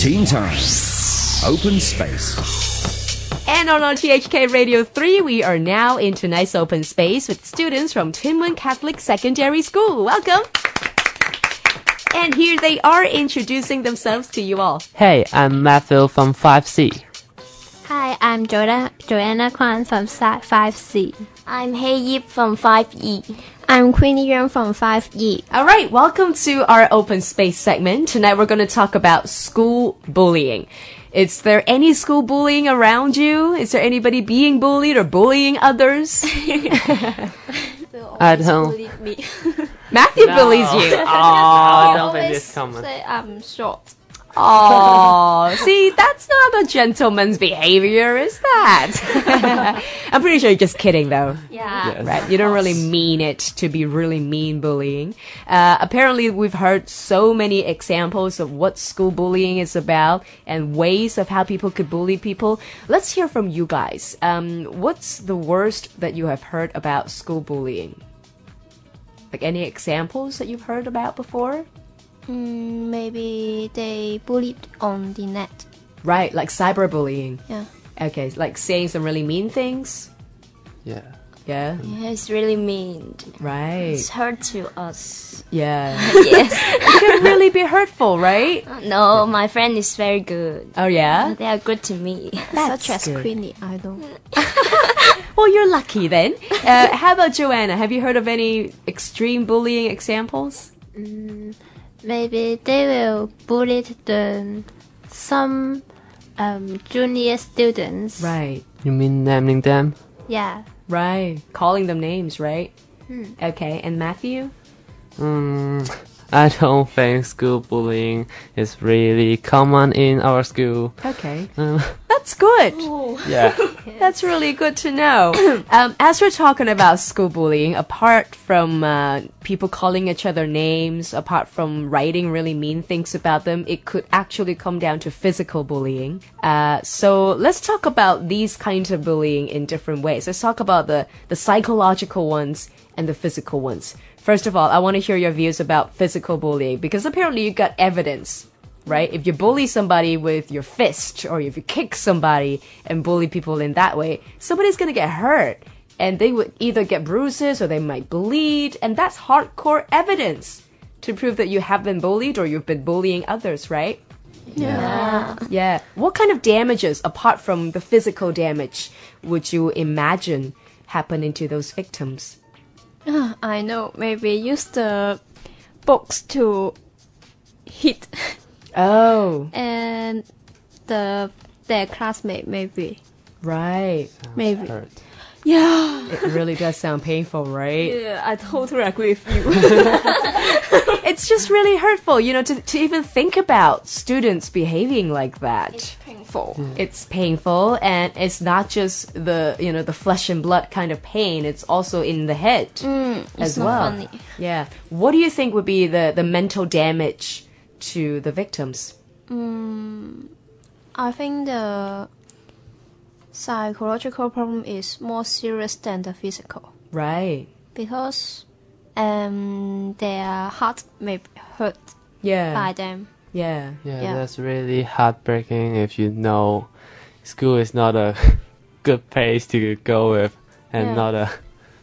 Teen Time. Open Space. And on RTHK Radio 3, we are now in tonight's open space with students from Tuen Catholic Secondary School. Welcome! And here they are introducing themselves to you all. Hey, I'm Matthew from 5C. Hi, I'm Joanna, Joanna Kwan from 5C. I'm Hei Yip from 5E. I'm Queenie Yuan from E. 5E. All right, welcome to our open space segment. Tonight we're going to talk about school bullying. Is there any school bullying around you? Is there anybody being bullied or bullying others? At home. Matthew no. bullies you. Oh, don't make this comment. Say I'm short. Oh, see, that's not a gentleman's behavior, is that? I'm pretty sure you're just kidding, though. Yeah. Yes. Right? You don't really mean it to be really mean bullying. Uh, apparently, we've heard so many examples of what school bullying is about and ways of how people could bully people. Let's hear from you guys. Um, what's the worst that you have heard about school bullying? Like any examples that you've heard about before? Mm, maybe they bullied on the net. Right, like cyberbullying. Yeah. Okay, like saying some really mean things. Yeah. Yeah. Yeah, it's really mean. Right. It's hurt to us. Yeah. yes. it can really be hurtful, right? Uh, no, my friend is very good. Oh yeah. Uh, they are good to me. That's Such as good. Queenie, I don't. well, you're lucky then. Uh, how about Joanna? Have you heard of any extreme bullying examples? Mm maybe they will bully the some um, junior students. Right. You mean naming them? Yeah. Right. Calling them names, right? Hmm. Okay. And Matthew? Um, I don't think school bullying is really common in our school. Okay. Um, That's good. Ooh. Yeah. That's really good to know. Um, as we're talking about school bullying, apart from uh, people calling each other names, apart from writing really mean things about them, it could actually come down to physical bullying. Uh, so let's talk about these kinds of bullying in different ways. Let's talk about the, the psychological ones and the physical ones. First of all, I want to hear your views about physical bullying because apparently you got evidence right? If you bully somebody with your fist or if you kick somebody and bully people in that way, somebody's gonna get hurt and they would either get bruises or they might bleed, and that's hardcore evidence to prove that you have been bullied or you've been bullying others, right? Yeah. yeah. Yeah. What kind of damages, apart from the physical damage, would you imagine happening to those victims? Uh, I know. Maybe use the box to hit Oh. And the their classmate maybe. Right. Sounds maybe. Uh, Hurt. Yeah. It really does sound painful, right? Yeah, I totally agree with you. it's just really hurtful, you know, to, to even think about students behaving like that. It's painful. Mm. It's painful and it's not just the, you know, the flesh and blood kind of pain, it's also in the head mm, as well. Funny. Yeah. What do you think would be the, the mental damage to the victims? Mm, I think the psychological problem is more serious than the physical. Right. Because um, their heart may be hurt yeah. by them. Yeah. yeah. yeah. that's really heartbreaking if you know school is not a good place to go with and yeah. not a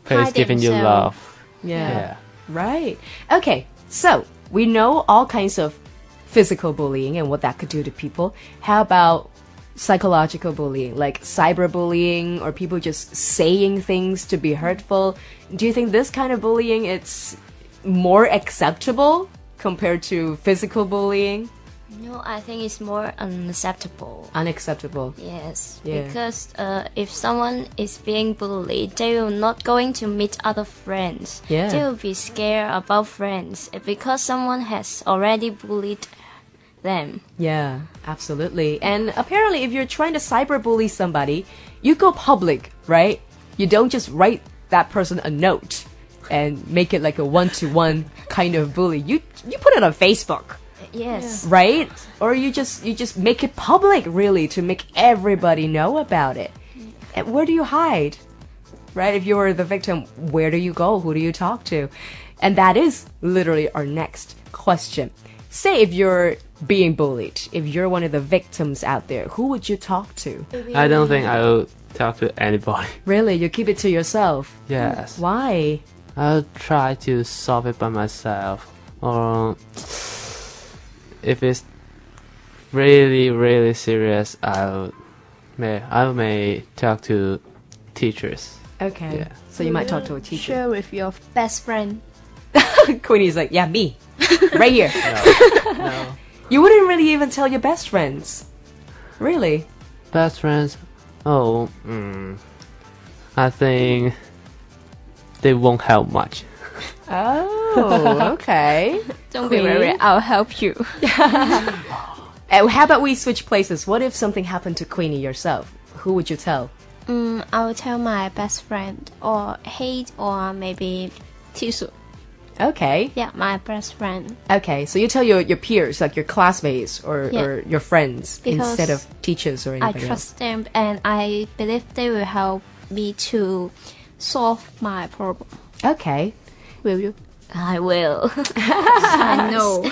place Hide giving themselves. you love. Yeah. yeah. Right. Okay, so we know all kinds of physical bullying and what that could do to people. How about psychological bullying, like cyberbullying or people just saying things to be hurtful? Do you think this kind of bullying it's more acceptable compared to physical bullying? No, I think it's more unacceptable. Unacceptable. Yes, yeah. because uh, if someone is being bullied, they will not going to meet other friends. Yeah. They will be scared about friends because someone has already bullied them. Yeah, absolutely. And apparently, if you're trying to cyberbully somebody, you go public, right? You don't just write that person a note and make it like a one-to-one kind of bully. You you put it on Facebook. Yes. Right? Or you just you just make it public, really, to make everybody know about it. And where do you hide? Right? If you were the victim, where do you go? Who do you talk to? And that is literally our next question. Say if you're being bullied, if you're one of the victims out there, who would you talk to? I don't think I will talk to anybody. Really, you keep it to yourself. Yes. Why? I'll try to solve it by myself. Or if it's really, really serious, I'll may I may talk to teachers. Okay. Yeah. So you might talk to a teacher. Share with your best friend. Queenie's like, yeah, me, right here. No. no. You wouldn't really even tell your best friends, really. Best friends. Oh, mm, I think they won't help much. Oh, okay. Don't be worried, I'll help you. Uh, how about we switch places? What if something happened to Queenie yourself? Who would you tell? Mm, I will tell my best friend or hate or maybe Tissue. Okay. yeah my best friend Okay, so you tell your, your peers, like your classmates or, Yeah. or your friends, Because instead of teachers or I anybody else. trust them and I believe they will help me to solve my problem. Okay, Will you? I will. I know.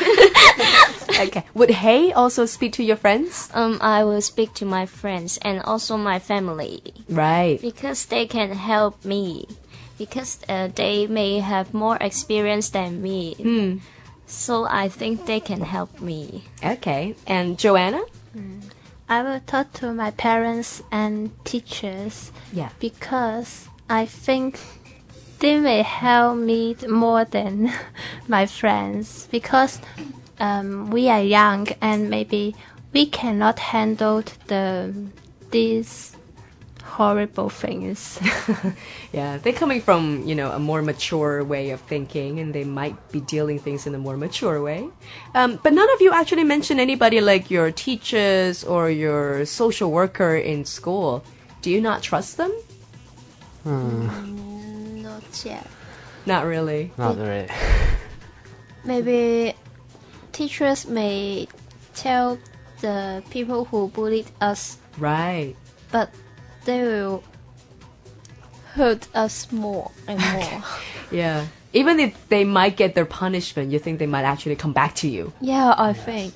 okay. Would Hay also speak to your friends? um, I will speak to my friends and also my family Right. because they can help me because uh, they may have more experience than me. Hmm. So I think they can help me. Okay. And Joanna? I will talk to my parents and teachers Yeah. because I think they may help me more than my friends because um, we are young and maybe we cannot handle the these horrible things. Yeah, they're coming from, you know, a more mature way of thinking and they might be dealing things in a more mature way. Um, but none of you actually mentioned anybody like your teachers or your social worker in school. Do you not trust them? Not yet. Not really. Not really. Maybe teachers may tell the people who bullied us, Right. but they will hurt us more and more. Yeah. Even if they might get their punishment, you think they might actually come back to you. Yeah, I think.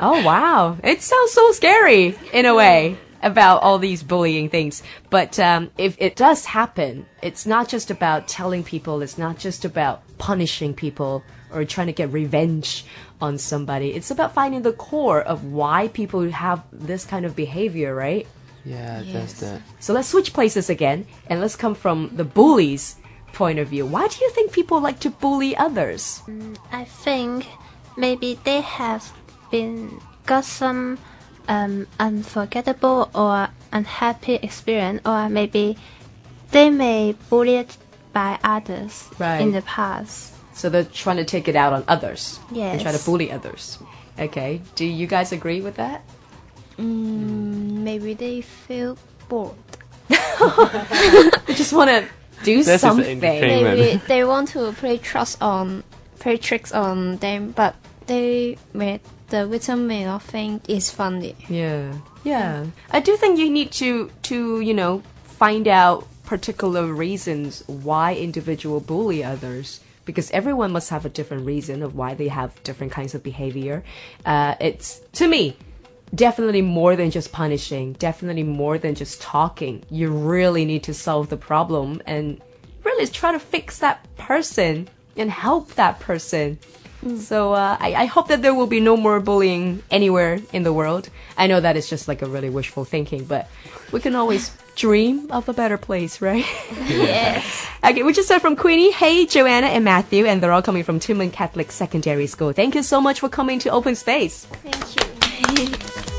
Oh wow, it sounds so scary in a way about all these bullying things. But um, if it does happen, it's not just about telling people. It's not just about punishing people or trying to get revenge on somebody. It's about finding the core of why people have this kind of behavior, right? Yeah, uh, that's the So let's switch places again and let's come from the bullies' point of view. Why do you think people like to bully others? I think maybe they have been got some um, unforgettable or unhappy experience, or maybe they may bullied by others Right. in the past. So they're trying to take it out on others. And try to Yes. bully others. Okay. Do you guys agree with that? Maybe they feel bored. They just want to do This is something. entertainment. Maybe they want to play tricks on play tricks on them, but they may the victim may not think it's funny. Yeah. Yeah. I do think you need to to, you know, find out particular reasons why individual bully others because everyone must have a different reason of why they have different kinds of behavior. Uh, it's to me definitely more than just punishing, definitely more than just talking. You really need to solve the problem and really try to fix that person and help that person. So uh, I, I hope that there will be no more bullying anywhere in the world. I know that is just like a really wishful thinking, but we can always dream of a better place, right? Okay, we just heard from Queenie, Hey, Joanna, and Matthew, and they're all coming from Timlin Catholic Secondary School. Thank you so much for coming to Open Space. Thank you.